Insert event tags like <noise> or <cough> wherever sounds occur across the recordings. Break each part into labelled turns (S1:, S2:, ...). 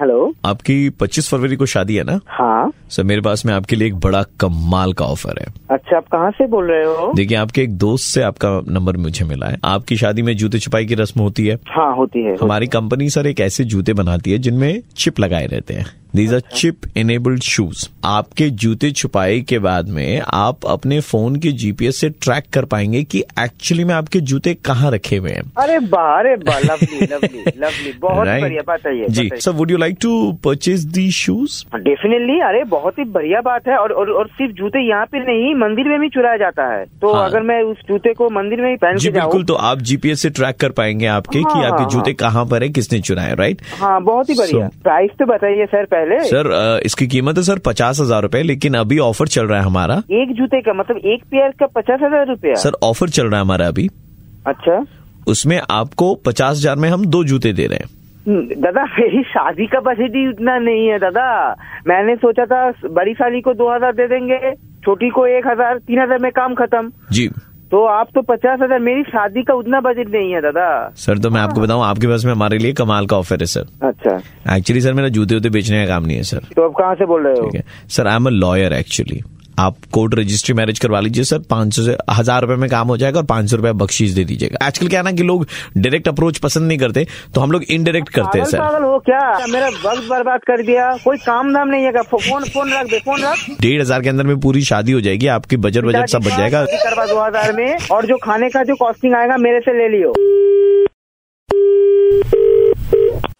S1: आपकी 25 फरवरी को शादी है ना
S2: हाँ
S1: सर मेरे पास में आपके लिए एक बड़ा कमाल का ऑफर है
S2: अच्छा आप कहाँ से बोल रहे हो
S1: देखिए आपके एक दोस्त से आपका नंबर मुझे मिला है आपकी शादी में जूते छुपाई की रस्म होती है
S2: हाँ होती है
S1: हमारी कंपनी सर एक ऐसे जूते बनाती है जिनमें चिप लगाए रहते हैं these are chip enabled shoes आपके जूते छुपाई के बाद में आप अपने फोन के जीपीएस से ट्रैक कर पाएंगे कि एक्चुअली में आपके जूते कहाँ रखे हुए हैं
S2: अरे वाह अरे वाह लवली लवली लवली बहुत
S1: Right?
S2: बढ़िया बात है ये
S1: जी sir would you like to purchase the shoes
S2: definitely अरे बहुत ही बढ़िया बात है और और, और सिर्फ जूते यहाँ पे नहीं मंदिर में भी चुराया जाता है तो
S1: हाँ।
S2: अगर मैं उस जूते को मंदिर में ही पहन
S1: जी
S2: के
S1: बिल्कुल
S2: जाऊँ
S1: तो आप जीपीएस से ट्रैक कर पाएंगे आपके कि
S2: हाँ,
S1: आपके
S2: हाँ,
S1: जूते कहाँ पर है किसने चुराए राइट
S2: हाँ बहुत ही बढ़िया
S1: So-
S2: प्राइस तो बताइए सर पहले
S1: सर अ, इसकी कीमत है सर पचास हजार रूपए लेकिन अभी ऑफर चल रहा है हमारा
S2: एक जूते का मतलब एक पेयर का पचास हजार रूपया
S1: सर ऑफर चल रहा है हमारा अभी
S2: अच्छा
S1: उसमें आपको पचास हजार में हम दो जूते दे रहे हैं
S2: हम्म, दादा मेरी शादी का बजट ही उतना नहीं है दादा मैंने सोचा था बड़ी शादी को दो हजार दे देंगे छोटी को एक हजार तीन हजार में काम खत्म
S1: जी
S2: तो आप तो पचास हजार मेरी शादी का उतना बजट नहीं है दादा
S1: सर तो मैं आपको बताऊं आपके पास में हमारे लिए कमाल का ऑफर है सर
S2: अच्छा
S1: एक्चुअली सर मेरा जूते वूते बेचने का काम नहीं है सर
S2: तो आप कहाँ से बोल रहे हो
S1: ठीक है sir I am a lawyer actually आप कोर्ट रजिस्ट्री मैरिज करवा लीजिए सर पाँच सौ से हजार रुपए में काम हो जाएगा और पाँच सौ रुपया बख्शीश दे दीजिएगा आजकल क्या है ना कि लोग डायरेक्ट अप्रोच पसंद नहीं करते तो हम लोग इनडायरेक्ट करते हैं
S2: पागल
S1: सर
S2: पागल हो क्या मेरा वक्त बर्बाद कर दिया कोई काम धाम नहीं है क्या? फो- फोन फोन रख दे फोन रख
S1: डेढ़ हजार के अंदर में पूरी शादी हो जाएगी आपकी बजट बजट सब बच जाएगा
S2: शादी करवा दो हजार में और जो खाने का जो कॉस्टिंग आएगा मेरे से ले लियो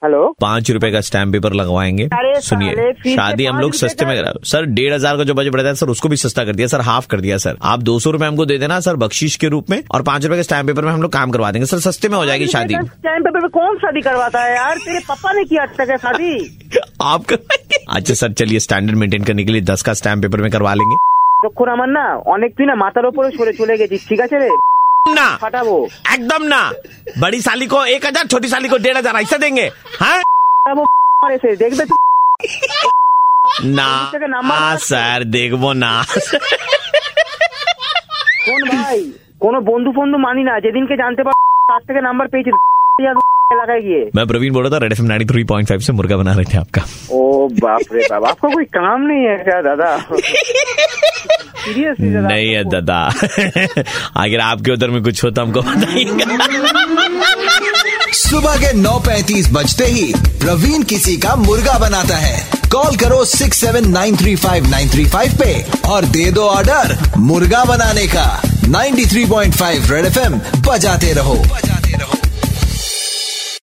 S2: हेलो
S1: पाँच रुपए का स्टैम्प पेपर लगवाएंगे
S2: अरे साले, फीस
S1: सुनिए
S2: से
S1: शादी हम
S2: पाँच
S1: लोग
S2: रुपए
S1: सस्ते में
S2: का-
S1: करा सर डेढ़ हजार का जो बजट बढ़ता है सर उसको भी सस्ता कर दिया सर हाफ कर दिया सर आप दो सौ रुपए हमको दे देना सर बख्शीश के रूप में और पाँच रुपए के स्टैम्प पेपर में हम लोग काम करवा देंगे सर सस्ते में हो जाएगी शादी
S2: टाइम पे कौन शादी करवाता है यार तेरे पापा ने किया आज तक है शादी
S1: आप करवाएंगे? अच्छा सर चलिए स्टैंडर्ड मेंटेन करने के लिए दस का स्टैम्प पेपर में करवा लेंगे
S2: লক্ষণ আমার না অনেক তুই না মাথার ওপরে সরে চলে গেছিস ঠিক আছে রে
S1: ना
S2: ফাটাবো
S1: एकदम ना बड़ी साली को एक हजार छोटी साली को डेढ़ हजार ऐसे देंगे हाँ
S2: ফাটাবো এসে দেখবে তুই
S1: ना
S2: उसका नंबर
S1: हाँ सर देखो ना
S2: কোন ভাই কোনো বন্ধু ফন্ধু মানি না যেদিনকে জানতে পার তার থেকে নাম্বার পেয়েছি এলাকায় গিয়ে
S1: मैं प्रवीण बोल रहा था red F nine three point five से मुर्गा बना रहे थे आपका
S2: ओ बाप रे बाप आपका कोई काम नहीं है क्या दादा सीरियसली दादा
S1: नहीं है दादा <laughs> अगर आपके उधर में कुछ होता हमको बताइएगा
S3: सुबह के 9:35 बजते ही प्रवीण किसी का मुर्गा बनाता है कॉल करो 6793595 पे और दे दो ऑर्डर मुर्गा बनाने का 93.5 रेड एफएम बजाते रहो